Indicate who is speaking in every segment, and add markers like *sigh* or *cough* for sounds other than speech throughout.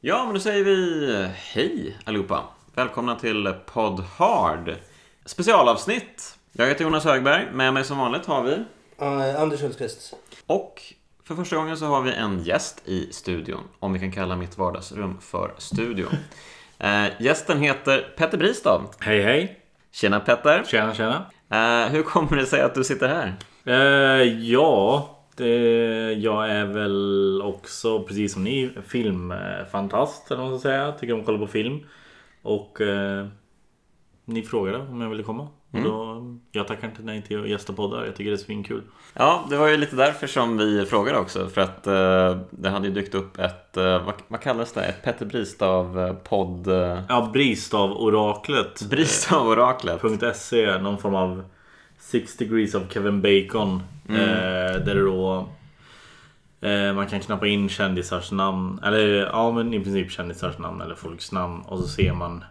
Speaker 1: Ja, men då säger vi eh, hej allihopa. Välkomna till Pod Hard. Specialavsnitt. Jag heter Jonas Högberg. Med mig som vanligt har vi...
Speaker 2: Eh, Anders Hultqvist.
Speaker 1: Och för första gången så har vi en gäst i studion. Om vi kan kalla mitt vardagsrum för studion. eh, gästen heter Petter Bristav.
Speaker 3: Hej hej!
Speaker 1: Tjena Petter!
Speaker 3: Tjena tjena!
Speaker 1: Eh, hur kommer det sig att du sitter här?
Speaker 3: Eh, ja, det, jag är väl också precis som ni filmfantast eller vad man ska säga. Tycker om att kolla på film. Och eh, ni frågade om jag ville komma. Och då, jag tackar inte nej till att gästa poddar. Jag tycker det är svinkul.
Speaker 1: Ja, det var ju lite därför som vi frågade också. För att eh, det hade ju dykt upp ett, eh, vad, vad kallas det? Ett Petter Bristav-podd... Eh,
Speaker 3: Ja, Bristav-oraklet.
Speaker 1: Bristav-oraklet.
Speaker 3: .se, E, någon form av Six degrees of Kevin Bacon. Eh, där det då eh, man kan knappa in kändisars namn. Eller ja, men i princip kändisars namn eller folks namn. Och så ser man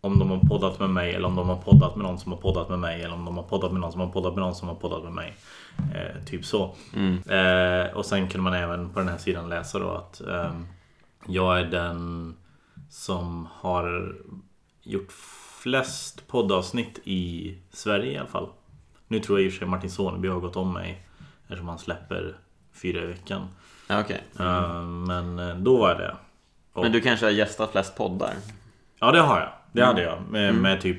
Speaker 3: om de har poddat med mig eller om de har poddat med någon som har poddat med mig. Eller om de har poddat med någon som har poddat med någon som har poddat med mig. Eh, typ så. Eh, och sen kunde man även på den här sidan läsa då att ehm, jag är den som har gjort flest poddavsnitt i Sverige i alla fall. Nu tror jag i och för sig Martin Soneby har gått om mig eftersom han släpper fyra i veckan.
Speaker 1: Ja, okej.
Speaker 3: Eh, Men eh, då var jag det. Och,
Speaker 1: Men du kanske har gästat flest poddar?
Speaker 3: Ja, det har jag. Det
Speaker 1: Mm.
Speaker 3: hade jag. Med, med typ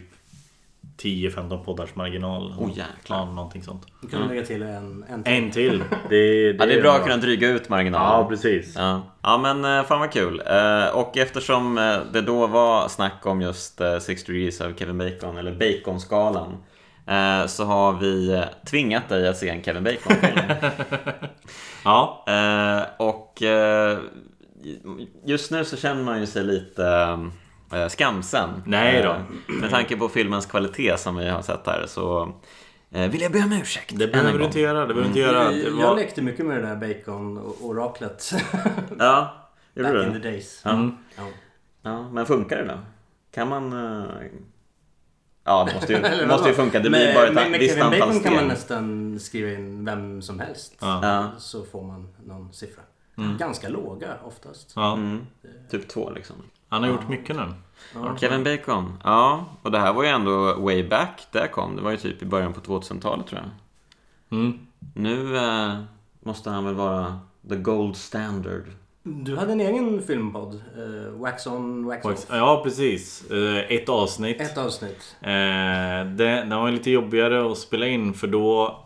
Speaker 3: 10-15 poddars marginal.
Speaker 1: Oh, jäklar.
Speaker 3: Ja, någonting sånt.
Speaker 2: Du
Speaker 1: Mm.
Speaker 2: kan lägga till en, en till.
Speaker 1: *laughs*
Speaker 3: En till. Det,
Speaker 1: Ja, det är bra att kunna dryga ut marginalen.
Speaker 3: Ja, precis.
Speaker 1: Ja. ja men eh, fan vad kul. Eh, Och eftersom eh, det då var snack om just eh, Six Degrees av Kevin Bacon, eller Baconskalan, eh, så har vi eh, tvingat dig att se en Kevin
Speaker 3: *laughs*
Speaker 1: Bacon-film.
Speaker 3: Ja,
Speaker 1: Eh, och eh, just nu så känner man ju sig lite eh, skamsen.
Speaker 3: Nej då.
Speaker 1: Eh, med tanke på filmens kvalitet som vi har sett här så eh, vill jag be om ursäkt.
Speaker 3: det
Speaker 1: än en
Speaker 3: behöver du
Speaker 1: gång. Mm.
Speaker 3: inte göra. Det behöver du inte göra. Det
Speaker 2: Jag
Speaker 3: var...
Speaker 2: lekte mycket med det där *laughs* bacon-oraklet.
Speaker 1: Ja, gjorde du
Speaker 2: Back in the
Speaker 1: det?
Speaker 2: days.
Speaker 3: Mm.
Speaker 2: Ja.
Speaker 1: Ja, men funkar det då? Kan man... eh, Ja, det
Speaker 2: *laughs*
Speaker 1: måste ju,
Speaker 2: Eller
Speaker 1: det måste ju
Speaker 2: vadå?
Speaker 1: funka. Det blir
Speaker 2: Med-
Speaker 1: bara ett
Speaker 2: med, med
Speaker 1: visst
Speaker 2: Kevin
Speaker 1: antal
Speaker 2: Bacon kan man
Speaker 1: steg.
Speaker 2: nästan skriva in vem som helst.
Speaker 1: Ja, Mm.
Speaker 2: Så får man någon siffra. Ganska låga oftast.
Speaker 3: Ja.
Speaker 1: typ två liksom.
Speaker 3: Han har gjort mycket nu.
Speaker 1: Kevin Bacon. Ja, och det här var ju ändå way back det kom. Det var ju typ i början på 2000-talet tror jag.
Speaker 3: Mm.
Speaker 1: Nu eh, måste han väl vara the gold standard.
Speaker 2: Du hade en egen filmpodd. eh, wax on, wax,
Speaker 3: Wax-
Speaker 2: off.
Speaker 3: Ja, precis. Eh, Ett avsnitt.
Speaker 2: Ett avsnitt.
Speaker 3: Eh, det, den var lite jobbigare att spela in för då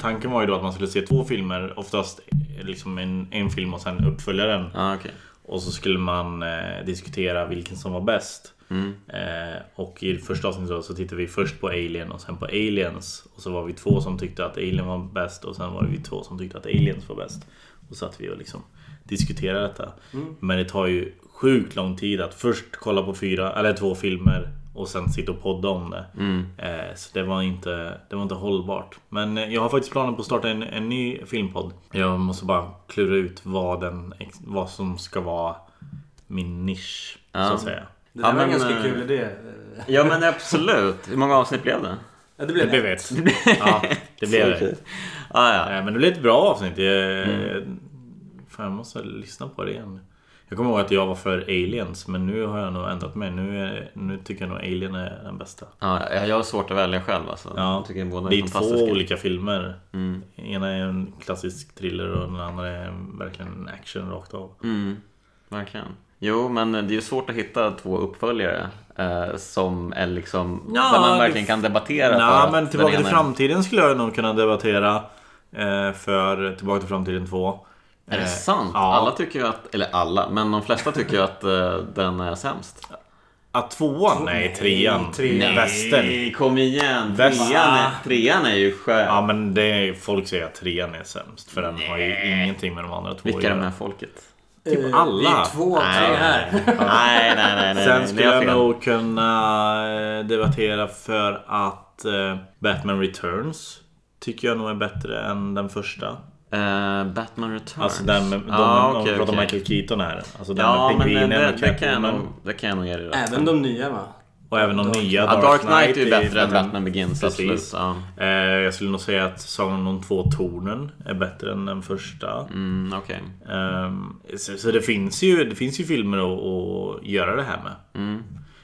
Speaker 3: Tanken var ju då att man skulle se två filmer, oftast liksom en, en film och sen uppföljaren.
Speaker 1: Ja, okej.
Speaker 3: Och så skulle man eh, diskutera vilken som var bäst.
Speaker 1: Mm.
Speaker 3: Eh, och i det första avsnittet då så tittade vi först på Alien och sen på Aliens. Och så var vi två som tyckte att Alien var bäst och sen var vi två som tyckte att Aliens var bäst. Och så att vi och liksom diskuterade detta. Men det tar ju sjukt lång tid att först kolla på fyra eller två filmer och sen sitta och podda om det. Eh, så det var, inte, det var inte hållbart. Men eh, jag har faktiskt planer på att starta en, en ny filmpodd. Jag måste bara klura ut vad, den, ex- vad som ska vara min nisch. Så att säga.
Speaker 2: Det
Speaker 1: Ja,
Speaker 2: där var en
Speaker 1: men,
Speaker 2: ganska
Speaker 1: eh,
Speaker 2: kul idé.
Speaker 1: *laughs*
Speaker 2: Eh,
Speaker 1: Ja men absolut. Hur många avsnitt blev *laughs* det?
Speaker 2: Ja, det
Speaker 3: Det
Speaker 2: blev
Speaker 3: blev
Speaker 2: ett.
Speaker 3: ett. Ja, det blev det.
Speaker 1: Ah, *laughs* ja. Mm.
Speaker 3: Eh, Men det blev ett bra avsnitt. Jag, fan, jag måste lyssna på det igen. Jag kommer ihåg att jag var för aliens men nu har jag nog ändrat mig. Nu, är, nu tycker jag nog alien är den bästa.
Speaker 1: Ah, ja, jag har svårt att välja själv alltså.
Speaker 3: Ja,
Speaker 1: Jag tycker båda är
Speaker 3: det är två
Speaker 1: fantastiska. Mm.
Speaker 3: olika filmer. Ena är en klassisk thriller och den andra är verkligen en action rakt av.
Speaker 1: Mm, verkligen. Jo, men det är ju svårt att hitta två uppföljare eh, som är liksom,
Speaker 3: Ja,
Speaker 1: där man verkligen
Speaker 3: det-
Speaker 1: kan debattera. för
Speaker 3: Nej,
Speaker 1: att
Speaker 3: men
Speaker 1: den
Speaker 3: Tillbaka till
Speaker 1: ena är-
Speaker 3: framtiden skulle jag nog kunna debattera eh, för Tillbaka till framtiden 2.
Speaker 1: Är det
Speaker 3: Eh,
Speaker 1: sant?
Speaker 3: Ja,
Speaker 1: Alla tycker ju att, eller alla, men de flesta tycker ju att eh, den är sämst.
Speaker 3: att Ah, tvåan? Nej, trean.
Speaker 2: trean.
Speaker 3: Västern.
Speaker 1: Nej, kom igen!
Speaker 3: Väst-
Speaker 1: Trean är, trean är ju skön.
Speaker 3: Ja, men det är, folk säger att trean är sämst för den har ju ingenting med de andra två
Speaker 1: Vilka är de här folket?
Speaker 2: Eh,
Speaker 3: alla.
Speaker 2: Det är två av tre här.
Speaker 1: Typ nej, nej, nej, nej, nej.
Speaker 3: Sen
Speaker 1: det
Speaker 3: skulle
Speaker 1: är
Speaker 3: jag
Speaker 1: fel.
Speaker 3: nog kunna eh, debattera för att eh, Batman Returns tycker jag nog är bättre än den första.
Speaker 1: Eh, Batman Returns.
Speaker 3: Alltså den med, de,
Speaker 1: Ja,
Speaker 3: de
Speaker 1: okej,
Speaker 3: pratar
Speaker 1: okej.
Speaker 3: Michael Keaton här. Alltså den
Speaker 1: Ja,
Speaker 3: med
Speaker 1: men eh,
Speaker 3: pingvinen
Speaker 1: det, det,
Speaker 3: och
Speaker 1: kan jag
Speaker 3: Catwoman.
Speaker 1: nog, det kan jag nog ge dig rätt.
Speaker 2: Även de nya va?
Speaker 3: Och även de nya.
Speaker 1: Ja, Dark Knight är ju bättre än
Speaker 3: Batman-
Speaker 1: Batman Begins,
Speaker 3: Precis.
Speaker 1: absolut. Ja.
Speaker 3: Eh, jag skulle nog säga att Sagan om de två tornen är bättre än den första.
Speaker 1: Mm, okej.
Speaker 3: Ehm, så så det, finns ju, det finns ju filmer att, att göra det här med.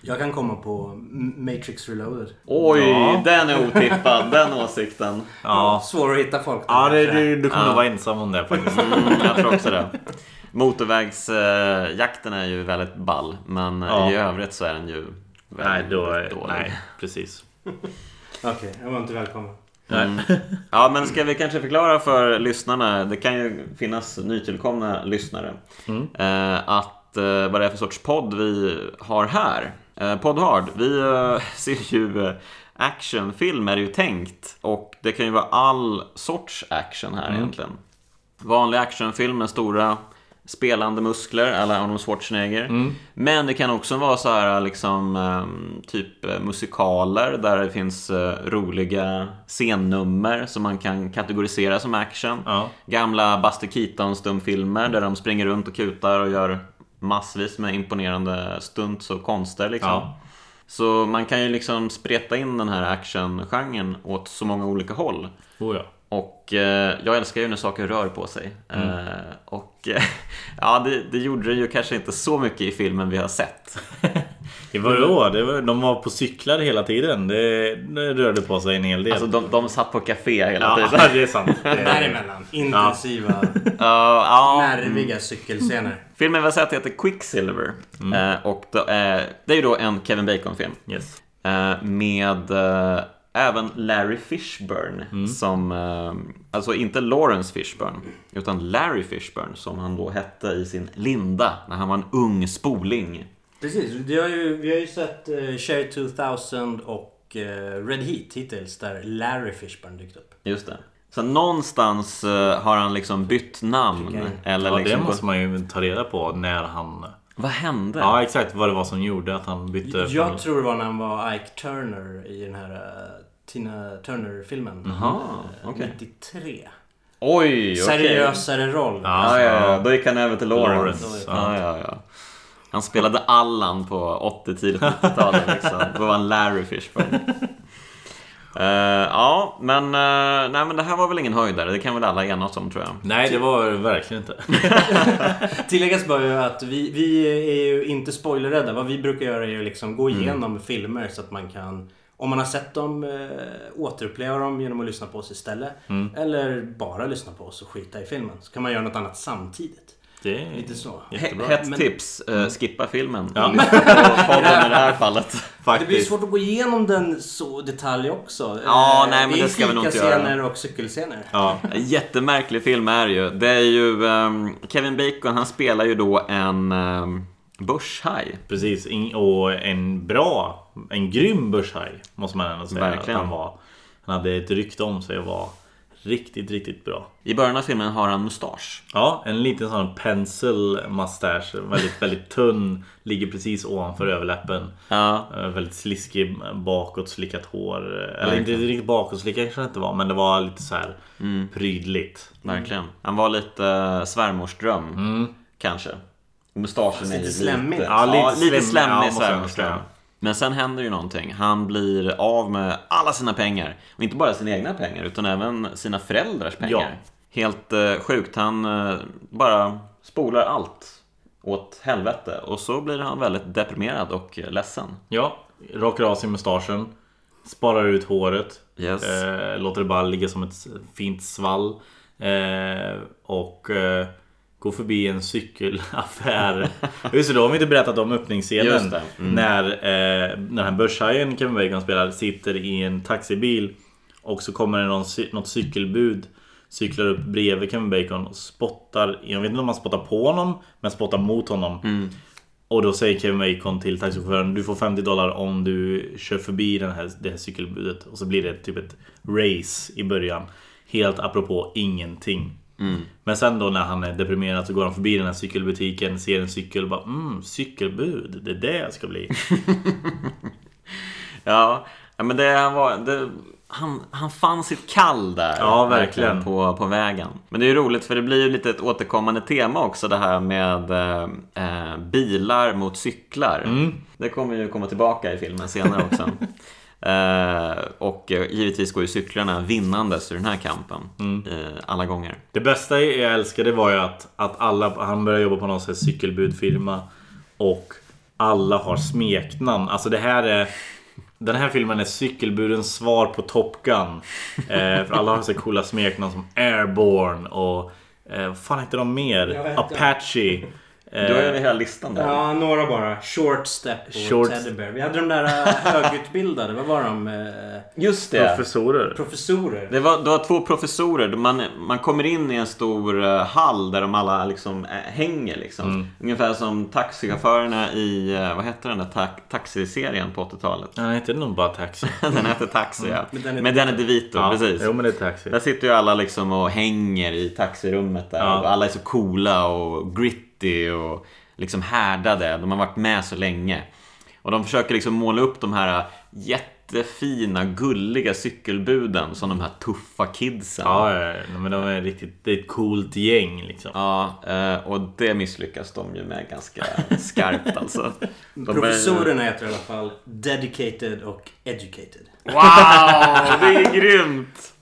Speaker 2: Jag kan komma på M- Matrix Reloaded.
Speaker 1: Oj,
Speaker 3: Ja.
Speaker 1: den är otippad, den åsikten.
Speaker 3: Ja,
Speaker 2: Svår att hitta folk.
Speaker 3: ja det, du, du kommer
Speaker 1: Ja.
Speaker 3: nog vara ensam om det faktiskt.
Speaker 1: Mm, jag tror också det. Motorvägsjakten är ju väldigt ball, men eh,
Speaker 3: Ja.
Speaker 1: i övrigt så är den ju
Speaker 3: *laughs* nej,
Speaker 1: väldigt
Speaker 3: då, nej, precis.
Speaker 2: Okej, jag var inte välkommen.
Speaker 1: Mm. Ja, men ska vi kanske förklara för lyssnarna, det kan ju finnas nytillkomna lyssnare, eh, att eh, vad det är för sorts podd vi har här. Eh, Podhard, vi eh, *laughs* ser ju eh, actionfilm är det ju tänkt och det kan ju vara all sorts action här egentligen. Vanlig actionfilm med stora spelande muskler, alla Arnold Schwarzenegger. Men det kan också vara så här liksom ehm, typ eh, musikaler där det finns eh, roliga scennummer som man kan kategorisera som action.
Speaker 3: Ja.
Speaker 1: Gamla Buster Keaton stumfilmer där de springer runt och kutar och gör massvis med imponerande stunts och konster liksom.
Speaker 3: Ja.
Speaker 1: Så man kan ju liksom spreta in den här actiongenren åt så många olika håll.
Speaker 3: Oh, ja.
Speaker 1: Och eh, jag älskar ju när saker rör på sig.
Speaker 3: Mm.
Speaker 1: Eh, och *laughs* eh, ja, det, det gjorde det ju kanske inte så mycket i filmen vi har
Speaker 3: *laughs*
Speaker 1: sett.
Speaker 3: Det var då, det var, de var på cyklar hela tiden. Det, det rörde på sig en hel del.
Speaker 1: Alltså de, de satt på café hela
Speaker 3: ja,
Speaker 1: tiden.
Speaker 3: *laughs* det är sant. Det är,
Speaker 2: Däremellan. Mm. Intensiva,
Speaker 1: Ja, ja. Mm.
Speaker 2: nerviga cykelscener.
Speaker 1: Filmen vi har sett heter Quicksilver.
Speaker 3: Mm.
Speaker 1: Eh, och då, är- det är ju då en Kevin Bacon-film.
Speaker 3: yes.
Speaker 1: Eh, med eh, även Larry Fishburne
Speaker 3: Mm.
Speaker 1: som, eh, alltså inte Lawrence Fishburne, utan Larry Fishburne som han då hette i sin linda när han var en ung spoling.
Speaker 2: Precis, vi har ju, vi har ju sett eh, Cher 2000 och eh, Red Heat hittills där Larry Fishburne dykt upp.
Speaker 1: Just det. Så någonstans eh, har han liksom bytt namn.
Speaker 2: Okej.
Speaker 1: Eller
Speaker 3: Ja, det
Speaker 1: liksom,
Speaker 3: måste man ju ta reda på när han...
Speaker 1: Vad hände?
Speaker 3: Ja, exakt vad det var som gjorde att han bytte.
Speaker 2: Jag tror det var när han var Ike Turner i den här eh, Tina Turner-filmen.
Speaker 1: Jaha,
Speaker 2: Eh,
Speaker 1: okej.
Speaker 2: 93.
Speaker 1: Oj, okej.
Speaker 2: Seriösare roll.
Speaker 1: Ja,
Speaker 3: Ja,
Speaker 1: ja, ja. Då gick han över till Alltså, Lawrence.
Speaker 3: Lawrence,
Speaker 1: Ja, ja, ja. Han spelade Allan på 80 tidigt *laughs* 90-talet. Liksom. Då var han Larry Fishburne. Eh, ja, men, eh, nej, men det här var väl ingen höjdare. Det kan väl alla enas om tror jag.
Speaker 3: Nej, det var det verkligen inte. *laughs*
Speaker 2: Tilläggas bör ju att vi, vi är ju inte spoilerrädda. Vad vi brukar göra är ju liksom
Speaker 1: Mm.
Speaker 2: gå igenom filmer så att man kan om man har sett dem, eh, återuppleva dem genom att lyssna på oss istället.
Speaker 1: Mm.
Speaker 2: Eller bara lyssna på oss och skita i filmen. Så kan man göra något annat samtidigt.
Speaker 3: Det är
Speaker 2: Lite så.
Speaker 1: He- Mm. Hett
Speaker 2: Men-
Speaker 1: tips, eh, skippa filmen.
Speaker 3: Ja.
Speaker 1: Lyssna *laughs* på podden i det här fallet.
Speaker 2: Det blir
Speaker 3: faktiskt.
Speaker 2: svårt att gå igenom den så detalj också.
Speaker 1: Ja,
Speaker 2: Eh,
Speaker 1: nej, men
Speaker 2: är
Speaker 1: det ska vi nog inte göra.
Speaker 2: fikascener och cykelscener.
Speaker 3: Ja.
Speaker 1: En Jättemärklig film är det ju. Det är ju ehm, Kevin Bacon, han spelar ju då en um, börshaj.
Speaker 3: Precis, In- och en bra, en grym börshaj måste man ändå säga
Speaker 1: Verkligen.
Speaker 3: att han var. Han hade ett rykte om sig att vara riktigt, riktigt bra.
Speaker 1: I början av filmen har han mustasch.
Speaker 3: Ja, en liten sån pencil mustasch, väldigt, *laughs* väldigt tunn, ligger precis ovanför överläppen.
Speaker 1: Ja.
Speaker 3: Eh, Väldigt sliskig bakåt slickat hår. Eh, Eller inte riktigt bakåt slickat kanske det inte var, men det var lite så här
Speaker 1: Mm.
Speaker 3: prydligt.
Speaker 1: Verkligen. Han var lite eh, svärmorsdröm. Kanske. Och Mustaschen är ju
Speaker 2: lite slemmigt.
Speaker 1: Ja, lite,
Speaker 3: Mm. Ja,
Speaker 1: lite
Speaker 3: slem- ja,
Speaker 1: slemmig
Speaker 3: måste jag
Speaker 1: svärmorsdröm.
Speaker 3: säga.
Speaker 1: Men sen händer ju någonting. Han blir av med alla sina pengar. Och inte bara sina egna pengar, utan även sina föräldrars pengar.
Speaker 3: Ja.
Speaker 1: Helt eh, sjukt. Han eh, bara spolar allt åt helvete. Och så blir han väldigt deprimerad och eh, ledsen.
Speaker 3: Ja, rakar av sig mustaschen. Sparar ut håret.
Speaker 1: Yes.
Speaker 3: Eh, låter det bara ligga som ett s- fint svall. Eh, och eh, går förbi
Speaker 1: *laughs*
Speaker 3: en cykelaffär. Just det, då har vi inte berättat om
Speaker 1: Just
Speaker 3: öppningsscenen.
Speaker 1: det, Mm.
Speaker 3: När eh, den här börshajen Kevin Bacon spelar sitter i en taxibil. Och så kommer det någon, cy- något cykelbud. Cyklar upp bredvid Kevin Bacon och spottar. Jag vet inte om han spottar på honom, men spottar mot honom.
Speaker 1: Mm.
Speaker 3: Och då säger Kevin Bacon till taxichauffören Du får 50 dollar om du kör förbi den här, det här cykelbudet Och så blir det typ ett race i början Helt apropå ingenting Men sen då när han är deprimerad så går han förbi den här cykelbutiken Ser en cykel och bara mm, cykelbud Det är det jag ska bli
Speaker 1: Ja, ja, men det, han var, det han, han fann sitt kall där.
Speaker 3: Ja, verkligen.
Speaker 1: På, på vägen. Men det är ju roligt för det blir ju lite ett återkommande tema också det här med eh, eh, bilar mot cyklar.
Speaker 3: Mm.
Speaker 1: Det kommer ju komma tillbaka i filmen senare
Speaker 3: *laughs*
Speaker 1: också. eh, och eh, givetvis går ju cyklarna vinnandes ur den här kampen.
Speaker 3: Mm.
Speaker 1: Eh, alla gånger.
Speaker 3: Det bästa jag älskade var ju att, att alla, han började jobba på någon sån här cykelbudfirma och alla har smeknamn. Alltså det här är... Den här filmen är cykelbudens svar på Top Gun. Eh, för alla har så här coola smeknamn som Airborne och... Eh, vad fan heter de
Speaker 2: Jag
Speaker 3: mer?
Speaker 2: vet inte.
Speaker 3: Apache.
Speaker 1: Du har ju
Speaker 3: Eh,
Speaker 1: hela listan där.
Speaker 2: Ja, några bara. Short Step och
Speaker 3: Short-
Speaker 2: Teddy Bear. Vi hade de där eh, högutbildade, vad var de? Eh,
Speaker 1: Just det.
Speaker 3: professorer.
Speaker 2: Professorer.
Speaker 1: Det var, det var två professorer. Man, man kommer in i en stor eh, hall där de alla liksom eh, hänger. Liksom.
Speaker 3: Mm.
Speaker 1: Ungefär som taxichaufförerna i, eh, vad hette den där ta- taxiserien på 80-talet?
Speaker 3: Han heter nog bara Taxi.
Speaker 1: *laughs* Den hette Taxi ja.
Speaker 2: Mm. Med Danny
Speaker 1: Med Danny DeVito,
Speaker 3: Ja,
Speaker 1: precis.
Speaker 3: Jo men det är Taxi.
Speaker 1: Där sitter ju alla liksom och hänger i taxirummet där.
Speaker 3: Ja.
Speaker 1: Och alla är så coola och gritty och liksom härdade. De har varit med så länge. Och de försöker liksom måla upp de här jättefina, gulliga cykelbuden som de här tuffa kidsen.
Speaker 3: Ja, ja, ja, men de är riktigt... Det är ett coolt gäng liksom.
Speaker 1: Ja, eh, och det misslyckas de ju med ganska
Speaker 3: *laughs*
Speaker 1: skarpt alltså. De börjar ju-
Speaker 2: Professorerna heter i alla fall Dedicated och Educated.
Speaker 1: Wow, det
Speaker 3: *laughs*
Speaker 1: är grymt!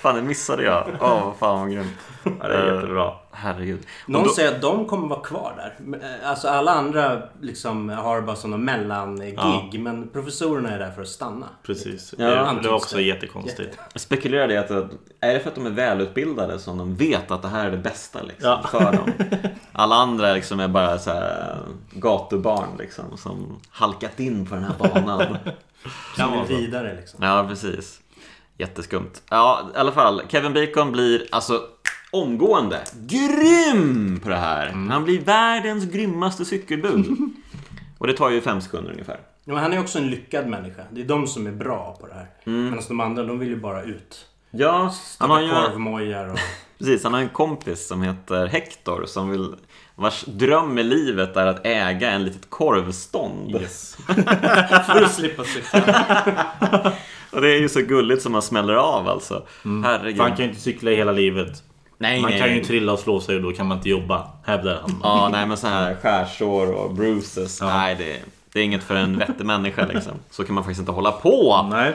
Speaker 1: Fan, det missade jag. Åh, fan vad grymt. Eh,
Speaker 3: Ja, det är jättebra.
Speaker 1: Herregud. Och
Speaker 2: Någon
Speaker 1: då-
Speaker 2: säger att de kommer vara kvar där. Men, eh, Alltså alla andra liksom har bara sådana mellangig.
Speaker 3: Ja.
Speaker 2: Men professorerna är där för att stanna.
Speaker 3: Precis.
Speaker 1: Ja,
Speaker 3: det, det
Speaker 2: antyds
Speaker 3: var också
Speaker 2: det.
Speaker 3: jättekonstigt.
Speaker 2: Jätte.
Speaker 1: Jag spekulerar i att att- är det för att de är välutbildade som de vet att det här är det bästa liksom,
Speaker 3: Ja.
Speaker 1: för
Speaker 3: *laughs*
Speaker 1: dem? Alla andra liksom är bara så här, gatubarn liksom, som halkat in på den här banan.
Speaker 2: Som
Speaker 3: vara
Speaker 2: vill
Speaker 3: så.
Speaker 2: vidare liksom.
Speaker 1: Ja, precis. Jätteskumt. Ja, i alla fall. Kevin Bacon blir alltså omgående grym på det här.
Speaker 3: Mm.
Speaker 1: Han blir världens grymmaste
Speaker 3: *laughs*
Speaker 1: cykelbud. Och det tar ju fem sekunder ungefär.
Speaker 2: Ja, Men han är också en lyckad människa. Det är de som är bra på det här. Medan de andra, de vill ju bara ut.
Speaker 1: Mm. Ja, han har
Speaker 2: Stoppa
Speaker 1: ju,
Speaker 2: korvmojar
Speaker 1: *laughs*
Speaker 2: och...
Speaker 1: precis, han har en kompis som heter Hector som vill, vars dröm i livet är att äga en litet korvstånd.
Speaker 3: Yes.
Speaker 2: för att slippa cykla.
Speaker 1: Och det är ju så gulligt som man smäller av alltså. Herregud.
Speaker 3: För han Mm. kan ju inte cykla hela livet.
Speaker 1: nej,
Speaker 3: Man
Speaker 1: nej,
Speaker 3: kan ju
Speaker 1: nej.
Speaker 3: trilla och slå sig och då kan man inte jobba, hävdar han.
Speaker 1: Ja, nej men så här skärsår och bruises. Nej, det, det är inget för en vettig människa liksom.
Speaker 3: *laughs*
Speaker 1: Så kan man faktiskt inte hålla på.
Speaker 3: Nej.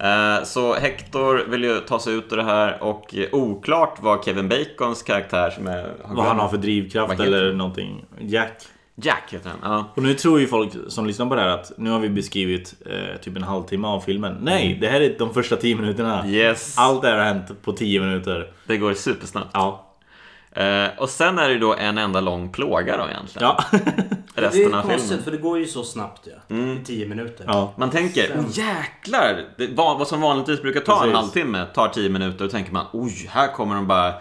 Speaker 1: Eh, Så Hector vill ju ta sig ut ur det här och eh, oklart vad Kevin Bacons karaktär som är...
Speaker 3: Vad han har för drivkraft
Speaker 1: Vad heter
Speaker 3: eller någonting. Jack.
Speaker 1: Jack heter han. Ja.
Speaker 3: Och nu tror ju folk som lyssnar på det här att nu har vi beskrivit eh, typ en halvtimme av filmen. Nej, det här är de första tio minuterna.
Speaker 1: Mm. Yes,
Speaker 3: Allt det här har hänt på tio minuter.
Speaker 1: det går supersnabbt.
Speaker 3: Ja.
Speaker 1: Eh, Och sen är det ju då en enda lång plåga då egentligen.
Speaker 3: Ja.
Speaker 1: Resten
Speaker 2: Det är
Speaker 1: av filmen. Mm.
Speaker 2: konstigt för det går ju så snabbt ju. Ja. I tio minuter.
Speaker 3: ja.
Speaker 1: Man tänker, oh, jäklar! Det, va- vad som vanligtvis brukar ta en
Speaker 3: Precis.
Speaker 1: halvtimme tar tio minuter. Då tänker man, oj, här kommer de bara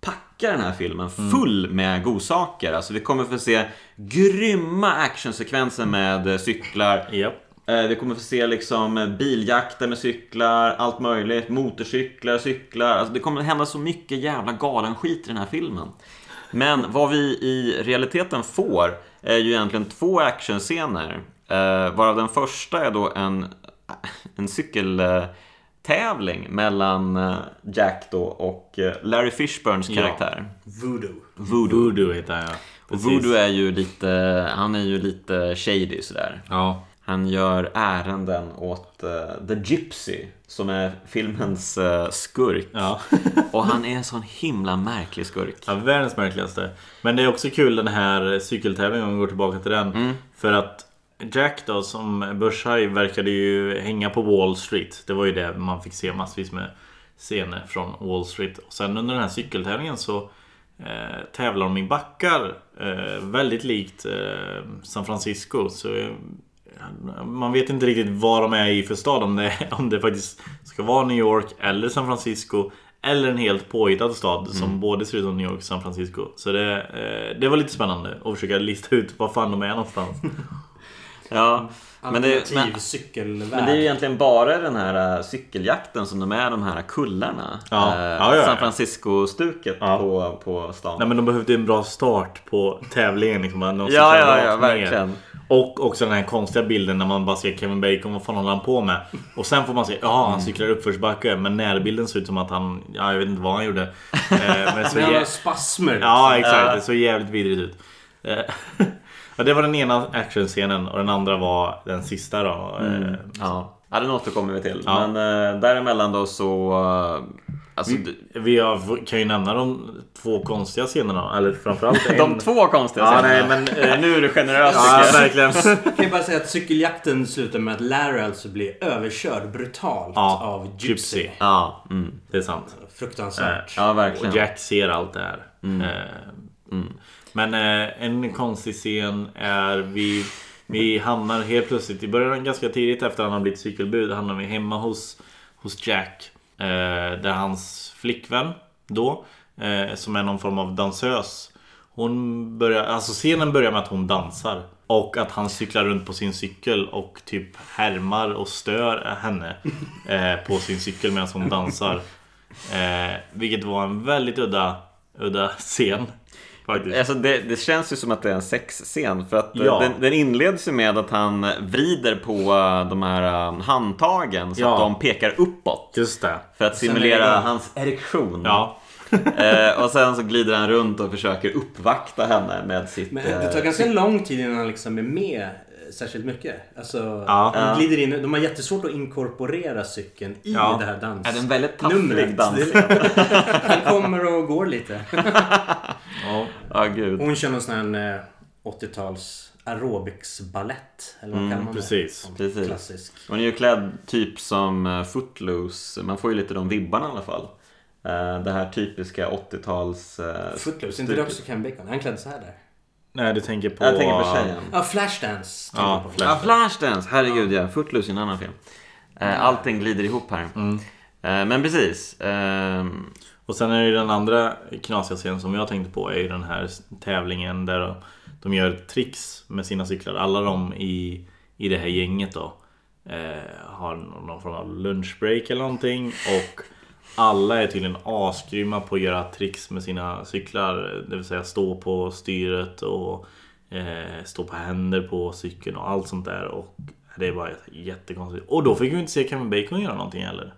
Speaker 1: packa den här filmen full med godsaker. Alltså vi kommer få se grymma actionsekvenser med eh, cyklar.
Speaker 3: Japp.
Speaker 1: Eh, Vi kommer få se liksom eh, biljakter med cyklar, allt möjligt. Motorcyklar, cyklar. Alltså det kommer hända så mycket jävla galen skit i den här filmen. Men vad vi i realiteten får är ju egentligen två actionscener. eh, Varav den första är då en, *laughs* en cykeltävling mellan eh, Jack då och eh, Larry Fishburns karaktär.
Speaker 2: Voodoo.
Speaker 1: Voodoo.
Speaker 3: Voodoo heter han ja.
Speaker 1: Och
Speaker 3: Precis.
Speaker 1: Voodoo är ju lite, han är ju lite shady sådär.
Speaker 3: Ja.
Speaker 1: Han gör ärenden åt eh, The Gypsy som är filmens eh, skurk.
Speaker 3: Ja.
Speaker 1: *laughs* Och han är en sån himla märklig skurk.
Speaker 3: Ja, världens märkligaste. Men det är också kul den här cykeltävlingen om vi går tillbaka till den. För att Jack då som börshaj verkade ju hänga på Wall Street. Det var ju det man fick se massvis med scener från Wall Street. Och sen under den här cykeltävlingen så eh, tävlar de i backar. Eh, väldigt likt eh, San Francisco. Så eh, man vet inte riktigt vad de är i för stad. Om det, *laughs* om det faktiskt ska vara New York eller San Francisco. Eller en helt påhittad stad
Speaker 1: Mm.
Speaker 3: som både ser ut som New York och San Francisco. Så det, eh, det var lite spännande att försöka lista ut var fan de
Speaker 1: *laughs*
Speaker 3: är någonstans.
Speaker 1: Ja, men det,
Speaker 2: Mm. Alternativ
Speaker 1: men,
Speaker 2: cykelvärld.
Speaker 1: men det är ju egentligen bara den här eh, cykeljakten som de är de här kullarna.
Speaker 3: Ja.
Speaker 1: Eh,
Speaker 3: Ja, ja, ja.
Speaker 1: San Francisco-stuket
Speaker 3: Ja.
Speaker 1: på, på stan.
Speaker 3: Nej men de behövde en bra start på tävlingen. Liksom. Någon som
Speaker 1: Ja,
Speaker 3: klarade
Speaker 1: ja,
Speaker 3: rakt
Speaker 1: ja,
Speaker 3: ner.
Speaker 1: verkligen.
Speaker 3: Och också den här konstiga bilden när man bara ser Kevin Bacon, vad fan håller han
Speaker 1: *laughs*
Speaker 3: på med? Och sen får man se, ja
Speaker 1: Mm.
Speaker 3: han cyklar uppförsbacke men närbilden ser ut som att han, ja jag vet inte vad
Speaker 1: *laughs*
Speaker 3: han gjorde. Eh, men så
Speaker 2: Men han
Speaker 3: jä-
Speaker 2: har spasmer.
Speaker 3: Ja exakt, det såg jävligt vidrigt ut. Eh, *laughs* ja, det var den ena actionscenen och den andra var den sista då. eh,
Speaker 1: Mm. Ja, ja den återkommer vi till.
Speaker 3: Ja.
Speaker 1: Men eh, däremellan då så... eh, Alltså, d-
Speaker 3: Vi har, kan ju nämna de två konstiga scenerna, eller framförallt
Speaker 1: *laughs*
Speaker 3: en.
Speaker 1: de två konstiga
Speaker 3: Ja, nej,
Speaker 1: scenerna.
Speaker 3: men, eh,
Speaker 1: nu är du generös
Speaker 3: Ja,
Speaker 1: tycker jag. *laughs*
Speaker 3: verkligen.
Speaker 2: Jag kan ju bara säga att cykeljakten slutar med att Larry alltså blir överkörd brutalt
Speaker 3: Ja,
Speaker 2: av Gypsy.
Speaker 3: Gypsy.
Speaker 1: Ja, mm.
Speaker 3: Det är sant.
Speaker 2: Fruktansvärt.
Speaker 1: ja,
Speaker 3: Och
Speaker 1: verkligen. Mm.
Speaker 3: Jack ser allt det här. Eh, Men eh, en konstig scen är vi, vi hamnar helt plötsligt i början ganska tidigt efter han har blivit cykelbud hamnar vi hemma hos, hos Jack. Eh, där hans flickvän då, eh, som är någon form av dansös. Hon börjar, alltså scenen börjar med att hon dansar. Och att han cyklar runt på sin cykel och typ härmar och stör
Speaker 1: *laughs*
Speaker 3: henne eh, på sin cykel medan hon dansar. Eh, vilket var en väldigt udda, udda scen. Faktiskt.
Speaker 1: Alltså det, det känns ju som att det är en sexscen för att eh,
Speaker 3: Ja.
Speaker 1: den, den inleds ju med att han vrider på eh, de här eh, handtagen så
Speaker 3: Ja.
Speaker 1: att de pekar uppåt
Speaker 3: Just det.
Speaker 1: för att
Speaker 2: Sen är
Speaker 1: simulera
Speaker 2: det-
Speaker 1: hans erektion.
Speaker 3: Ja.
Speaker 1: Eh, och sen så glider han runt och försöker uppvakta henne med sitt...
Speaker 2: Men
Speaker 1: eh,
Speaker 2: det tar ganska lång tid innan han liksom är med eh, särskilt mycket. Alltså,
Speaker 3: Ja.
Speaker 2: han glider in, de har jättesvårt att inkorporera cykeln i
Speaker 3: Ja.
Speaker 2: det här dans.
Speaker 1: är det en väldigt
Speaker 2: numret.
Speaker 1: tafflig dans?
Speaker 2: *laughs* Han kommer och går lite.
Speaker 3: ja.
Speaker 1: Ja, gud.
Speaker 2: Och Hon kör någon sån här eh, 80-tals aerobicsballett. Eller vad kallar man
Speaker 3: Mm, precis.
Speaker 2: det? Som
Speaker 1: Precis.
Speaker 2: Klassisk.
Speaker 1: Hon är ju klädd typ som eh, Footloose. Man får ju lite de vibbarna i alla fall. Eh, Det här typiska 80-tals... eh,
Speaker 2: Footloose, inte det också Ken Bacon? Han klädde så här där.
Speaker 3: Nej, du tänker på...
Speaker 1: Jag tänker på tjejen.
Speaker 2: Ja, Flashdance. typ. tänker jag
Speaker 3: Ja,
Speaker 2: på.
Speaker 1: Ja,
Speaker 3: Flash.
Speaker 1: Flashdance! Herregud ja, Footloose är en annan film. Eh, Allting glider ihop här. Eh, Men precis. ehm,
Speaker 3: Och sen är det ju den andra knasiga scenen som jag tänkte på är ju den här tävlingen där de- de gör tricks med sina cyklar. Alla de i, i det här gänget då eh, har någon någon form av lunchbreak eller någonting och alla är tydligen asgrymma på att göra tricks med sina cyklar. Det vill säga stå på styret och eh, stå på händer på cykeln och allt sånt där. Och det är bara jättekonstigt. Och då fick vi inte se Kevin Bacon göra någonting heller.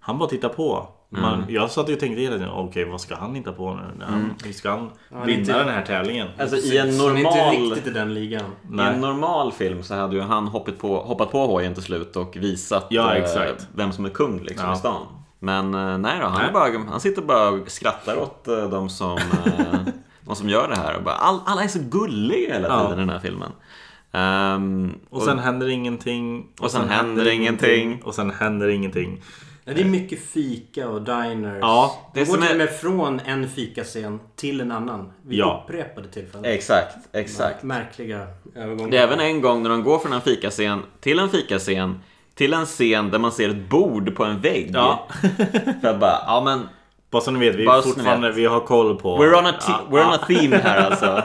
Speaker 3: Han bara tittar på. Man,
Speaker 1: Mm.
Speaker 3: Jag satt ju och tänkte hela tiden, okej vad ska han hitta på nu? När han, Hur ska han
Speaker 2: han är
Speaker 3: vinna
Speaker 2: inte-
Speaker 3: den här tävlingen?
Speaker 1: Alltså i en
Speaker 2: Precis. Han är inte
Speaker 1: normal...
Speaker 2: riktigt i den ligan.
Speaker 1: I en normal film så hade ju han hoppat på, hoppat på hojen till slut och visat
Speaker 3: Ja,
Speaker 1: eh,
Speaker 3: exakt.
Speaker 1: vem som är kung liksom,
Speaker 3: Ja.
Speaker 1: i stan. Men eh, nej då, han,
Speaker 3: Nej.
Speaker 1: Är bara, han sitter bara och skrattar åt eh, de som, eh, de som gör det här. Och bara, all, alla är så gulliga hela
Speaker 3: Ja.
Speaker 1: tiden i den här filmen. Ehm,
Speaker 3: Och sen händer ingenting. Och,
Speaker 1: sen händer ingenting.
Speaker 3: Och sen händer ingenting.
Speaker 2: Nej, det är mycket fika och diners.
Speaker 3: Ja,
Speaker 1: det
Speaker 2: det går
Speaker 1: som
Speaker 2: till
Speaker 1: är-
Speaker 2: och med från en fikascen till en annan. Vid
Speaker 3: Ja.
Speaker 2: upprepade tillfällen.
Speaker 1: Exakt, exakt.
Speaker 2: Märkliga övergångar.
Speaker 1: Det är även en gång när de går från en fikascen till en fikascen till en scen där man ser ett bord på en vägg.
Speaker 3: Ja.
Speaker 1: *laughs* För att bara, ja men
Speaker 3: Bara så ni vet, vi,
Speaker 1: Bara
Speaker 3: är
Speaker 1: så ni
Speaker 3: fortfarande, vi har koll på...
Speaker 1: We're on a, te-
Speaker 3: Ja,
Speaker 1: we're on a theme här
Speaker 3: *laughs*
Speaker 1: alltså.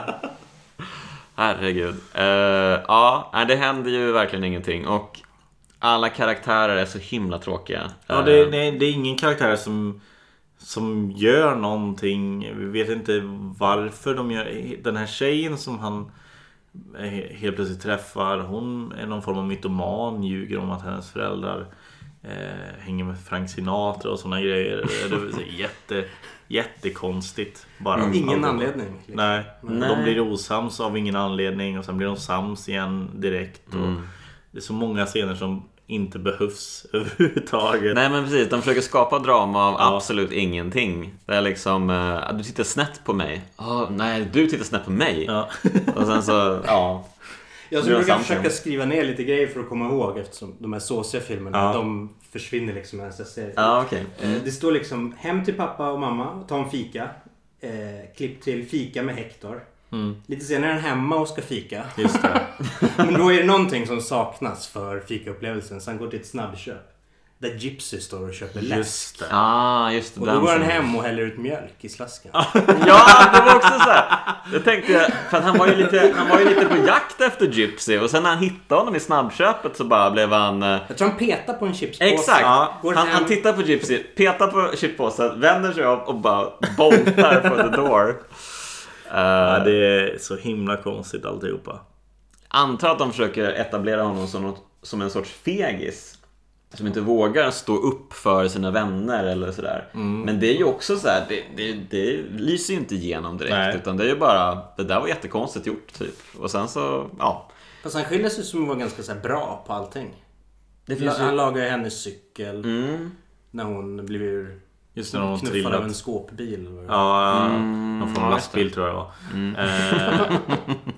Speaker 1: Herregud. Eh, ja, nej, det händer ju verkligen ingenting och alla karaktärer är så himla tråkiga. Eh,
Speaker 3: Ja, det,
Speaker 2: Eh.
Speaker 3: det, det är ingen karaktär som, som gör någonting. Vi vet inte varför de gör Den här tjejen som han eh, helt plötsligt träffar. Hon är någon form av mytoman. Ljuger om att hennes föräldrar eh, hänger med Frank Sinatra och sådana grejer. Det är så jätte, jättekonstigt. Bara
Speaker 2: Mm. Ingen
Speaker 3: Alldeles.
Speaker 2: anledning. liksom.
Speaker 3: Nej.
Speaker 1: Nej.
Speaker 3: De blir osams av ingen anledning och sen blir de sams igen direkt.
Speaker 2: Mm.
Speaker 3: Och det är så många scener som inte behövs *laughs* överhuvudtaget.
Speaker 1: Nej men precis, de försöker skapa drama av
Speaker 3: Ja.
Speaker 1: absolut ingenting. Det är liksom, eh, du tittar snett på mig. "Ah, nej, du tittar snett på mig.
Speaker 3: Ja.
Speaker 1: Och sen
Speaker 3: *laughs*
Speaker 1: så, ja.
Speaker 2: Jag
Speaker 1: Nu har
Speaker 2: brukar
Speaker 1: Samsung-
Speaker 2: försöka skriva ner lite grejer för att komma ihåg eftersom de här såsiga filmerna,
Speaker 3: Ja.
Speaker 2: de försvinner liksom när jag ser
Speaker 1: Ja, okej.
Speaker 2: Eh, Det står liksom hem till pappa och mamma, ta en fika. Eh, klipp till fika med Hector.
Speaker 1: Mm.
Speaker 2: Lite senare är han hemma och ska fika.
Speaker 3: Just det.
Speaker 2: *laughs* Men då är det någonting som saknas för fikaupplevelsen. Så han går till ett snabbköp. Där Gypsy står och köper läsk.
Speaker 3: Just det.
Speaker 1: Ah, just det.
Speaker 2: Och
Speaker 1: den
Speaker 2: då går han
Speaker 1: scenen.
Speaker 2: hem och häller ut mjölk i slasken.
Speaker 1: Ja, det var också så här. Det tänkte jag, för att han var ju lite, han var ju lite på jakt efter Gypsy och sen när han hittade honom i snabbköpet så bara blev han... eh,
Speaker 2: Jag tror han petar på en chipspåse.
Speaker 1: Exakt!
Speaker 3: Ja,
Speaker 2: går
Speaker 1: han,
Speaker 2: hem.
Speaker 1: han tittar på Gypsy, petar på chipspåsen, vänder sig om och bara boltar på the door. Eh,
Speaker 3: Ja, det är så himla konstigt alltihopa.
Speaker 1: antar att de försöker etablera honom som, något, som en sorts fegis. Som inte vågar stå upp för sina vänner eller sådär. Men det är ju också så här, det, det, det lyser ju inte igenom direkt.
Speaker 3: Nej.
Speaker 1: Utan det är ju bara, det där var jättekonstigt gjort typ. Och sen så, ja.
Speaker 2: Fast han skiljer sig som att vara ganska så här, bra på allting.
Speaker 1: Det finns
Speaker 2: Han
Speaker 1: ju...
Speaker 2: lagar ju hennes cykel
Speaker 1: Mm.
Speaker 2: när hon blir
Speaker 3: Just när hon
Speaker 2: knuffad av
Speaker 3: trillat.
Speaker 2: en skåpbil. eller vad det var.
Speaker 3: Mm. Ja, någon form av lastbil tror jag det var. *laughs* Eh,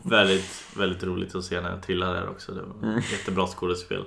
Speaker 3: väldigt, väldigt roligt att se när jag trillade där också. Det var Jättebra skådespel.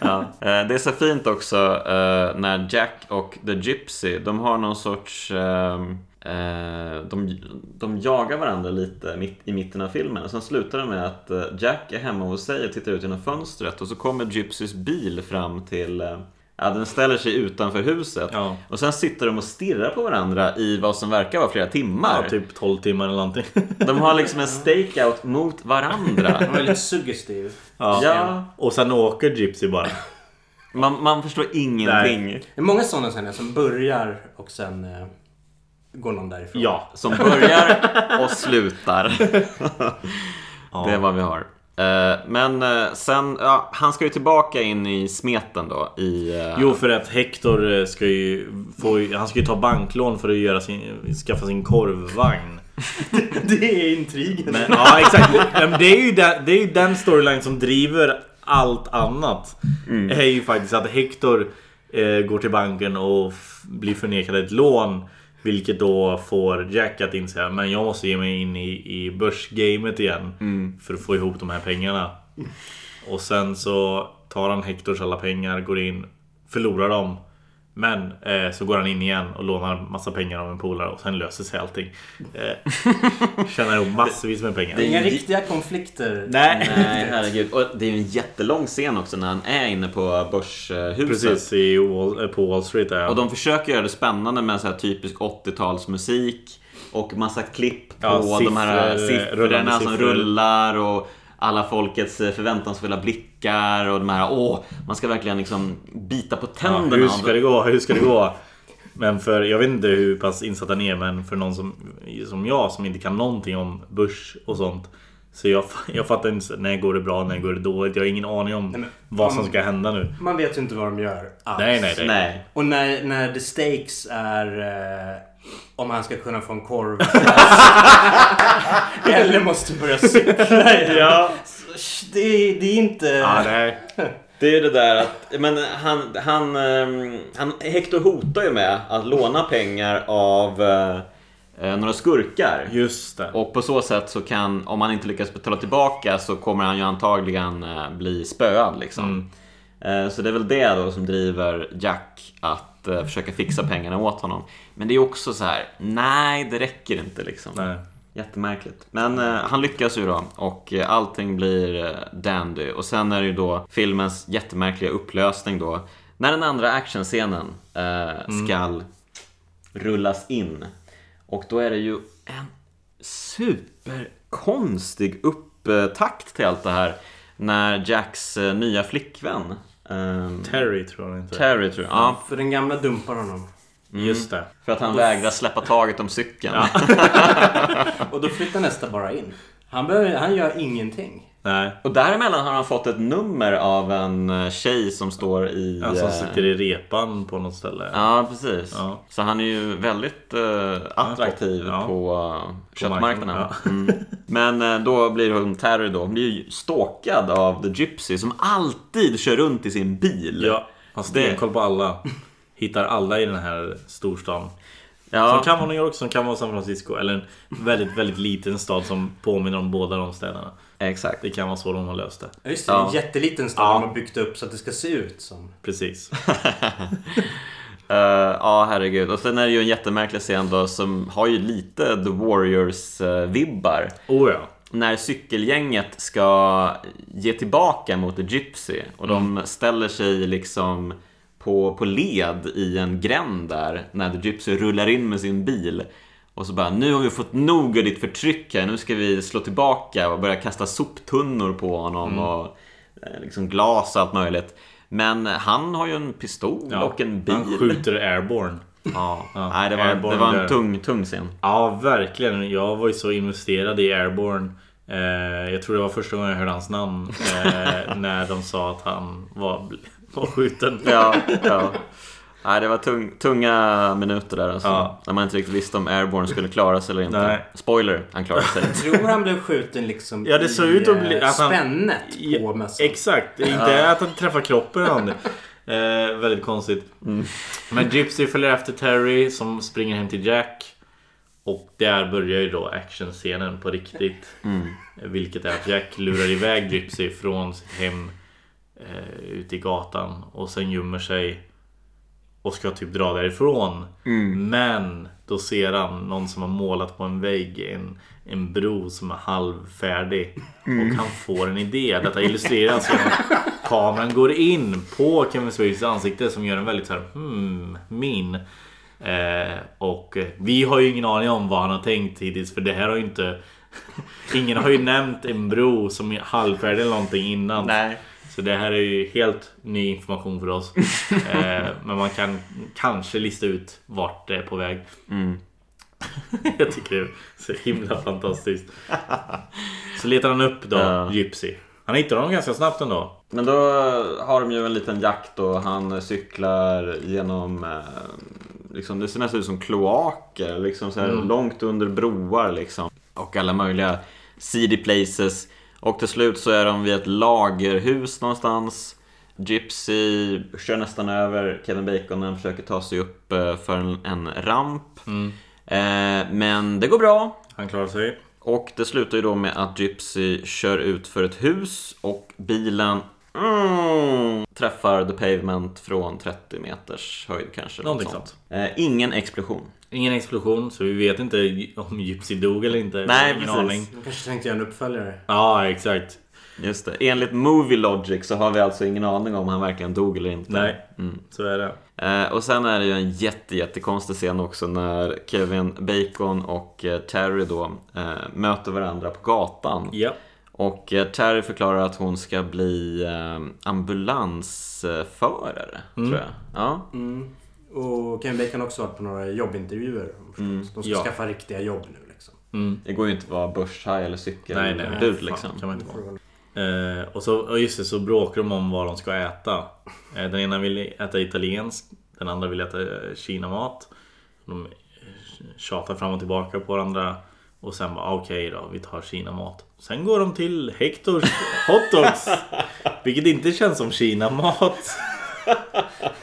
Speaker 1: Ja. Eh, Det är så fint också eh, när Jack och The Gypsy, de har någon sorts... ehm, eh, De, de jagar varandra lite mitt, i mitten av filmen. Och sen slutar det med att eh, Jack är hemma hos sig och tittar ut genom fönstret och så kommer Gypsys bil fram till... eh, Ja, den ställer sig utanför huset.
Speaker 3: Ja.
Speaker 1: Och sen sitter de och stirrar på varandra i vad som verkar vara flera timmar.
Speaker 3: Ja, typ 12 timmar eller någonting.
Speaker 1: De har liksom en stakeout mot varandra.
Speaker 2: Han var väldigt suggestiv.
Speaker 3: *laughs* Ja.
Speaker 1: Ja.
Speaker 3: Och sen åker Gypsy bara.
Speaker 1: Man, man förstår ingenting.
Speaker 2: Det är många sådana scener som börjar och sen eh, går någon därifrån.
Speaker 3: Ja.
Speaker 1: Som börjar och slutar.
Speaker 3: *laughs*
Speaker 1: Det är vad vi har. Eh, Men eh, sen, ja, han ska ju tillbaka in i smeten då i... eh,
Speaker 3: Jo, för att Hector eh, ska ju, få, han ska ju ta banklån för att göra sin, skaffa sin korvvagn.
Speaker 2: *laughs* Det är intrigen.
Speaker 3: Men, ja, exakt. Nej, men det, är ju den, det är ju den storyline som driver allt annat.
Speaker 2: Mm.
Speaker 3: Det är ju faktiskt att Hector eh, går till banken och f- blir förnekad ett lån. Vilket då får Jack att inse att jag måste ge mig in i, i börsgamet igen.
Speaker 2: Mm.
Speaker 3: För att få ihop de här pengarna. Och sen så tar han Hectors alla pengar, går in, förlorar dem. Men eh, så går han in igen och lånar massa pengar av en polare och sen löser sig allting.
Speaker 2: *laughs*
Speaker 3: Eh, tjänar ihop massvis med pengar.
Speaker 2: Det är inga riktiga konflikter.
Speaker 3: Mm. Nej.
Speaker 1: *laughs* Nej, herregud. Och det är ju en jättelång scen också när han är inne på börshuset.
Speaker 3: Precis, i Wall, eh, på Wall Street där.
Speaker 1: Och de försöker göra det spännande med så här typisk 80-talsmusik och massa klipp på
Speaker 3: Ja,
Speaker 1: de här
Speaker 3: siffror, rullande
Speaker 1: siffrorna som
Speaker 3: siffror.
Speaker 1: rullar och alla folkets eh, förväntansfulla blickar och de här åh, man ska verkligen liksom bita på
Speaker 3: ja,
Speaker 1: tänderna.
Speaker 3: hur ska det gå? Hur ska det gå? Men för, jag vet inte hur pass insatt han är men för någon som, som jag som inte kan någonting om börs och sånt. Så jag, *laughs* fa- jag fattar inte, så- när går det bra, när går det dåligt? Jag har ingen aning om
Speaker 2: Nej, men-
Speaker 3: vad som
Speaker 2: om-
Speaker 3: ska hända nu.
Speaker 2: Man vet ju inte vad de gör alls.
Speaker 3: Nej, nej, nej.
Speaker 1: Nej.
Speaker 2: Och när, när the stakes är eh, om han ska kunna få en
Speaker 3: *laughs*
Speaker 2: korv. Eller måste börja cykla igen.
Speaker 1: Ja.
Speaker 2: Det, är- det är inte...
Speaker 3: Ja, nej.
Speaker 1: Det är ju det där att, men han, han, ehm, han, Hector hotar ju med att låna pengar av eh, eh, några skurkar.
Speaker 3: Just det.
Speaker 1: Och på så sätt så kan, om han inte lyckas betala tillbaka så kommer han ju antagligen eh, bli spöad liksom. Eh, Så det är väl det då som driver Jack att eh, försöka fixa pengarna åt honom. Men det är också så här, nej det räcker inte liksom.
Speaker 3: Nej.
Speaker 1: Jättemärkligt. Men eh, han lyckas ju då och eh, allting blir eh, dandy. Och sen är det ju då filmens jättemärkliga upplösning då. När den andra actionscenen eh, ska rullas in. Och då är det ju en superkonstig upptakt till allt det här. När Jacks eh, nya flickvän ehm,
Speaker 3: Terry tror jag inte.
Speaker 1: Terry Mm. tror jag. Ja,
Speaker 2: För den gamla dumpar honom.
Speaker 3: Just det.
Speaker 1: för att han vägrar släppa taget om cykeln. *laughs*
Speaker 2: Och då flyttar nästa bara in. Han, behöver, han gör ingenting.
Speaker 3: Nej.
Speaker 1: Och däremellan har han fått ett nummer av en eh, tjej som står i...
Speaker 3: Han som
Speaker 1: eh,
Speaker 3: sitter i repan på något ställe.
Speaker 1: Ja, precis.
Speaker 3: Ja.
Speaker 1: Så han är ju väldigt eh, attraktiv
Speaker 3: Ja.
Speaker 1: på eh, köttmarknaden.
Speaker 3: marknaden,
Speaker 1: Mm. Men eh, då blir hon Terry då. Hon blir ju stalkad av The Gypsy som alltid kör runt i sin bil.
Speaker 3: Ja. Han stenkoll på alla. Hittar alla i den här storstan.
Speaker 1: Ja.
Speaker 3: Som kan vara New York, som kan vara San Francisco. Eller en väldigt, väldigt liten stad som påminner om båda de städerna.
Speaker 1: Exakt. *laughs*
Speaker 3: Det kan vara så de har löst det.
Speaker 2: Ja, Just det,
Speaker 1: Ja.
Speaker 2: en jätteliten stad
Speaker 3: Ja.
Speaker 2: de har byggt upp så att det ska se ut som.
Speaker 3: Precis.
Speaker 1: Eh, ja, herregud. Och sen är det ju en jättemärklig scen då som har ju lite The eh, Warriors-vibbar.
Speaker 3: Oh ja.
Speaker 1: när cykelgänget ska ge tillbaka mot The Gypsy och de
Speaker 3: Mm.
Speaker 1: ställer sig liksom på, på led i en gränd där när The Gypsy rullar in med sin bil och så bara nu har vi fått nog av ditt förtryck här nu ska vi slå tillbaka och börja kasta soptunnor på honom
Speaker 3: Mm.
Speaker 1: och eh, liksom glas och allt möjligt. Men han har ju en pistol
Speaker 3: ja.
Speaker 1: och en
Speaker 3: Han
Speaker 1: bil.
Speaker 3: skjuter airborne.
Speaker 1: Ja.
Speaker 3: Ja,
Speaker 1: Nej, det var, det
Speaker 3: airborne
Speaker 1: var en
Speaker 3: där.
Speaker 1: tung, tung scen.
Speaker 3: Ja, verkligen. Jag var ju så investerad i Airborne Eh, jag tror det var första gången jag hörde hans
Speaker 1: *laughs*
Speaker 3: namn eh, när de sa att han var, var skjuten.
Speaker 1: Ja,
Speaker 3: *laughs*
Speaker 1: ja. Nej, det var tung, tunga minuter där alltså.
Speaker 3: Ja.
Speaker 1: När man inte riktigt visste om Airborne skulle klara sig eller inte.
Speaker 3: Nej.
Speaker 1: Spoiler, han klarade sig inte.
Speaker 2: Tror han blev skjuten liksom
Speaker 3: Ja, det såg ut att bli-
Speaker 2: i eh,
Speaker 3: att han-
Speaker 2: spännet
Speaker 3: Ja,
Speaker 2: på mössan.
Speaker 3: Exakt, inte att han träffar kroppen han. Eh, väldigt konstigt. Men Gypsy följer efter Terry som springer hem till Jack. Och där börjar ju då actionscenen på riktigt. Vilket är att Jack lurar iväg Gypsy från sitt hem eh, ute i gatan och sen gömmer sig och ska typ dra därifrån. Men då ser han någon som har målat på en vägg en, en bro som är halvfärdig. Och han får en idé. Detta illustreras genom att kameran går in på Kevin Spaceys ansikte som gör en väldigt så här hmm, min. Eh, och eh, vi har ju ingen aning om vad han har tänkt hittills för det här har ju inte Ingen har ju nämnt en bro som är halvfärdig eller någonting innan.
Speaker 1: Nej.
Speaker 3: Så det här är ju helt ny information
Speaker 1: *laughs*
Speaker 3: för oss. eh, men man kan kanske lista ut vart det är på väg.
Speaker 1: Mm.
Speaker 3: *laughs* Jag tycker det är så himla fantastiskt. Så letar han upp då
Speaker 1: Ja.
Speaker 3: Gypsy. Han hittar honom ganska snabbt ändå.
Speaker 1: Men då har de ju en liten jakt och han cyklar genom eh, liksom, Det ser nästan ut som kloaker liksom så här, Långt under broar liksom Och alla möjliga seedy places Och till slut så är de vid ett lagerhus någonstans Gypsy kör nästan över Kevin Bacon när han försöker ta sig upp eh, för en, en ramp eh, Men det går bra
Speaker 3: Han klarar sig.
Speaker 1: och det slutar ju då med att Gypsy kör ut för ett hus och bilen mm, träffar The Pavement från 30 meters höjd kanske. eller
Speaker 3: Någonting
Speaker 1: något sånt. Eh, ingen explosion.
Speaker 3: Ingen explosion så vi vet inte om Gypsy dog eller inte.
Speaker 1: Nej,
Speaker 3: Ingen
Speaker 1: precis.
Speaker 2: De kanske tänkte göra en uppföljare.
Speaker 3: Ja exakt.
Speaker 1: Just det. Enligt Movie Logic så har vi alltså ingen aning om han verkligen dog eller inte. Mm.
Speaker 3: Nej, så är det.
Speaker 1: Eh, och sen är det ju en jätte, jättekonstig scen också när Kevin Bacon och eh, Terry då eh, möter varandra på gatan.
Speaker 3: Ja.
Speaker 1: Och eh, Terry förklarar att hon ska bli eh, ambulansförare, tror jag. Ja.
Speaker 2: Mm. Och Kevin Bacon har också varit på några jobbintervjuer. Mm. De ska
Speaker 3: ja.
Speaker 2: skaffa riktiga jobb nu liksom.
Speaker 1: Det går ju inte att vara börshaj eller
Speaker 3: Nej, nej, nej.
Speaker 1: cykelbud
Speaker 3: Fan,
Speaker 1: liksom.
Speaker 3: kan man inte vara. Eh, och så, och just det, så bråkar de om vad de ska äta. Eh, den ena vill äta italiensk, den andra vill äta eh, kinamat. De eh, tjatar fram och tillbaka på varandra. Och sen bara "Ah, okej då, vi tar kinamat. Sen går de till *laughs* Hectors hotdogs. vilket inte känns som kinamat.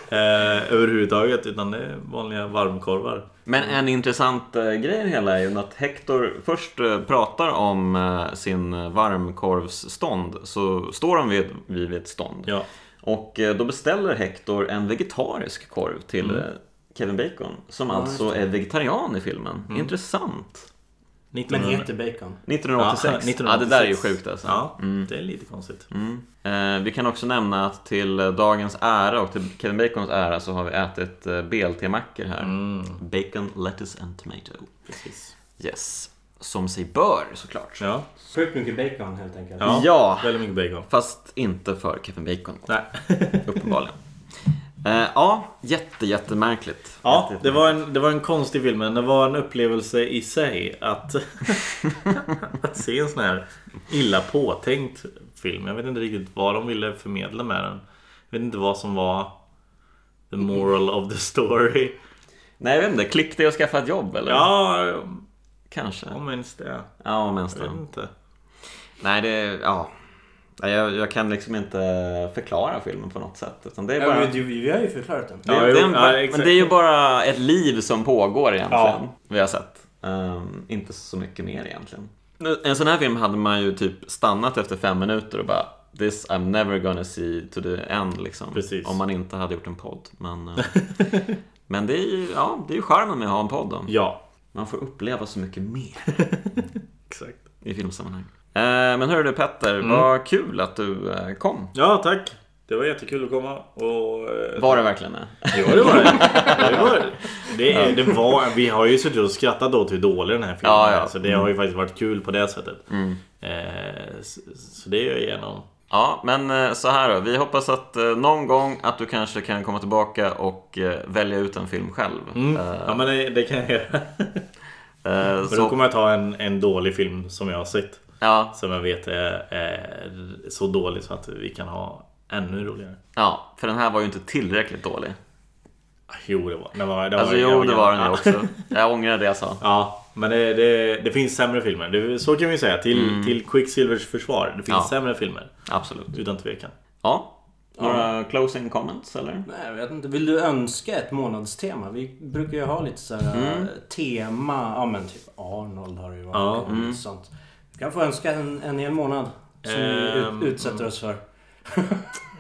Speaker 3: eh, överhuvudtaget, utan det är vanliga varmkorvar.
Speaker 1: Men en intressant eh, grej i det hela är ju att Hector först eh, pratar om eh, sin varmkorvsstånd. Så står de vid, vid ett stånd.
Speaker 3: Ja.
Speaker 1: Och eh, då beställer Hector en vegetarisk korv till
Speaker 3: Mm.
Speaker 1: eh, Kevin Bacon. Som alltså är vegetarian i filmen.
Speaker 3: Mm.
Speaker 1: Intressant.
Speaker 3: *laughs*
Speaker 2: Men
Speaker 3: 1900
Speaker 2: heter Bacon.
Speaker 1: 1986. Ja, det där är ju sjukt alltså.
Speaker 3: Ja, det är lite konstigt.
Speaker 1: Eh, vi kan också nämna att till eh, dagens ära och till Kevin Bacons ära så har vi ätit eh, BLT-mackor här.
Speaker 3: Mm.
Speaker 1: Bacon, lettuce and tomato.
Speaker 3: Precis.
Speaker 1: Yes. Som sig bör såklart.
Speaker 3: Ja,
Speaker 2: Sjukt mycket bacon helt enkelt.
Speaker 3: Ja.
Speaker 1: Ja,
Speaker 3: väldigt mycket bacon.
Speaker 1: fast inte för Kevin Bacon.
Speaker 3: Nej.
Speaker 1: Uppenbarligen. Eh, ja, jätte, jättemärkligt.
Speaker 3: *laughs* Ja, det var, en, det var en konstig film men det var en upplevelse i sig att, *laughs* att se en sån här illa påtänkt film. Jag vet inte riktigt vad de ville förmedla med den. Jag vet inte vad som var the moral of the story.
Speaker 1: Nej, jag vet inte. Klipp dig och skaffa ett jobb eller?
Speaker 3: Ja,
Speaker 1: Kanske.
Speaker 3: om ens det.
Speaker 1: Ja, men
Speaker 3: Jag vet
Speaker 1: sen.
Speaker 3: inte.
Speaker 1: Nej, det... Ja. Nej, Jag, jag kan liksom inte förklara filmen på något sätt. Utan det är
Speaker 2: Ja,
Speaker 1: bara...
Speaker 2: men du, vi har ju förklarat den.
Speaker 1: Det,
Speaker 3: Ja,
Speaker 1: det är
Speaker 3: jo,
Speaker 1: en,
Speaker 3: ja,
Speaker 1: men
Speaker 3: exakt.
Speaker 1: det är ju bara ett liv som pågår egentligen.
Speaker 3: Ja.
Speaker 1: Vi har sett. Ehm, inte så mycket mer egentligen. En sån här film hade man ju typ stannat efter fem minuter och bara This I'm never gonna see to the end liksom.
Speaker 3: Precis.
Speaker 1: Om man inte hade gjort en podd. Men, eh, *laughs* men det är ju ja, det är ju charmen med att ha en podd då.
Speaker 3: Ja,
Speaker 1: Man får uppleva så mycket mer
Speaker 3: exakt.
Speaker 1: i filmsammanhang. Eh, men hörru du Petter, vad kul att du eh, kom.
Speaker 3: Ja, tack. Det var jättekul att komma. Och, eh,
Speaker 1: Var det verkligen det?
Speaker 3: Jo, det var det. Det var, det, är- det var, vi har ju suttit och skrattat åt hur dålig den här filmen
Speaker 1: Ja, Mm. ja.
Speaker 3: är. Så det har ju faktiskt varit kul på det sättet. Eh, så, så det gör jag igenom.
Speaker 1: Ja, men eh, så här då. Vi hoppas att eh, någon gång att du kanske kan komma tillbaka och eh, välja ut en film själv. Eh,
Speaker 3: Ja,
Speaker 1: *laughs*
Speaker 3: men det, det kan jag göra.
Speaker 1: eh,
Speaker 3: Men då
Speaker 1: så,
Speaker 3: kommer jag ta en, en dålig film som jag har sett.
Speaker 1: Ja,
Speaker 3: Som jag vet är, är så dålig så att vi kan ha ännu roligare.
Speaker 1: ja, för den här var ju inte tillräckligt dålig.
Speaker 3: Ah, Jo, det var den. Var, den
Speaker 1: Alltså
Speaker 3: var,
Speaker 1: jo, det var den ju
Speaker 3: ja.
Speaker 1: också. Jag ångrar det jag sa.
Speaker 3: Ja, men det, det, det finns sämre filmer. Det, så kan vi säga. Till, till Quicksilvers försvar. Det finns
Speaker 1: Mm. Ja.
Speaker 3: sämre filmer.
Speaker 1: Absolut.
Speaker 3: Utan tvekan.
Speaker 1: Ja, några closing comments eller?
Speaker 2: Nej, jag vet inte. Vill du önska ett månadstema? Vi brukar ju ha lite så här eh, tema. Ja, men typ Arnold har det ju varit.
Speaker 3: Mm. Ja. mm.
Speaker 2: och lite sånt. Du kan få önska en, en hel månad. Som vi
Speaker 3: Ehm, mm.
Speaker 2: ut, utsätter oss för.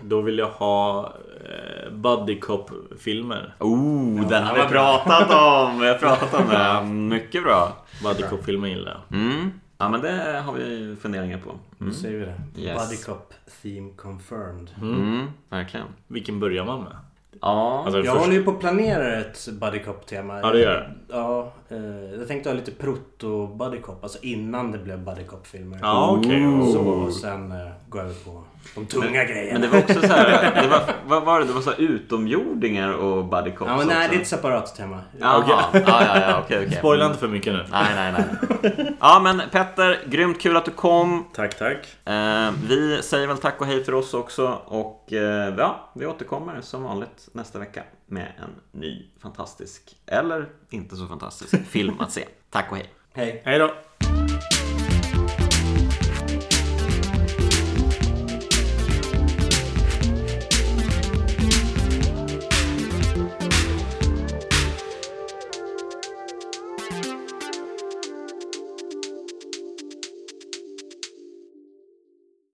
Speaker 3: Då vill jag ha eh, Buddy Cop-filmer.
Speaker 1: Oh, den har vi pratat om! Vi har pratat om den. Mycket bra.
Speaker 3: Buddy Cop-filmer gillar jag.
Speaker 1: Mm. Ja, men det har vi funderingar på. Mm.
Speaker 2: Då säger vi det.
Speaker 1: Yes.
Speaker 2: Buddy Cop Theme Confirmed.
Speaker 1: Mm, verkligen.
Speaker 3: Vilken börjar man med?
Speaker 1: Ja,
Speaker 3: Alltså,
Speaker 2: Jag
Speaker 3: först-
Speaker 2: håller ju på att planera ett Buddy Cop tema.
Speaker 3: Ja, det gör jag.
Speaker 2: Ja, eh, jag tänkte ha lite proto Buddy Cop. Alltså innan det blev Buddy Cop-filmer.
Speaker 3: Ja, okej. Oh.
Speaker 2: Så, och sen eh, gå över på de tunga grejerna.
Speaker 1: men det var också så här, det var, vad var det? Det var så här utomjordingar och buddy cops
Speaker 2: Ja, men nej,
Speaker 1: också.
Speaker 2: det är ett separat tema.
Speaker 1: Jaha, ja, ja, ja, okej, okej.
Speaker 3: Spoila inte för mycket nu.
Speaker 1: Nej, nej, nej. Ja, men Petter, grymt kul att du kom.
Speaker 3: Tack, tack.
Speaker 1: Eh, vi säger väl tack och hej för oss också och eh, ja, vi återkommer som vanligt nästa vecka med en ny fantastisk, eller inte så fantastisk, film att se. Tack och hej!
Speaker 2: Hej.
Speaker 3: Hej då.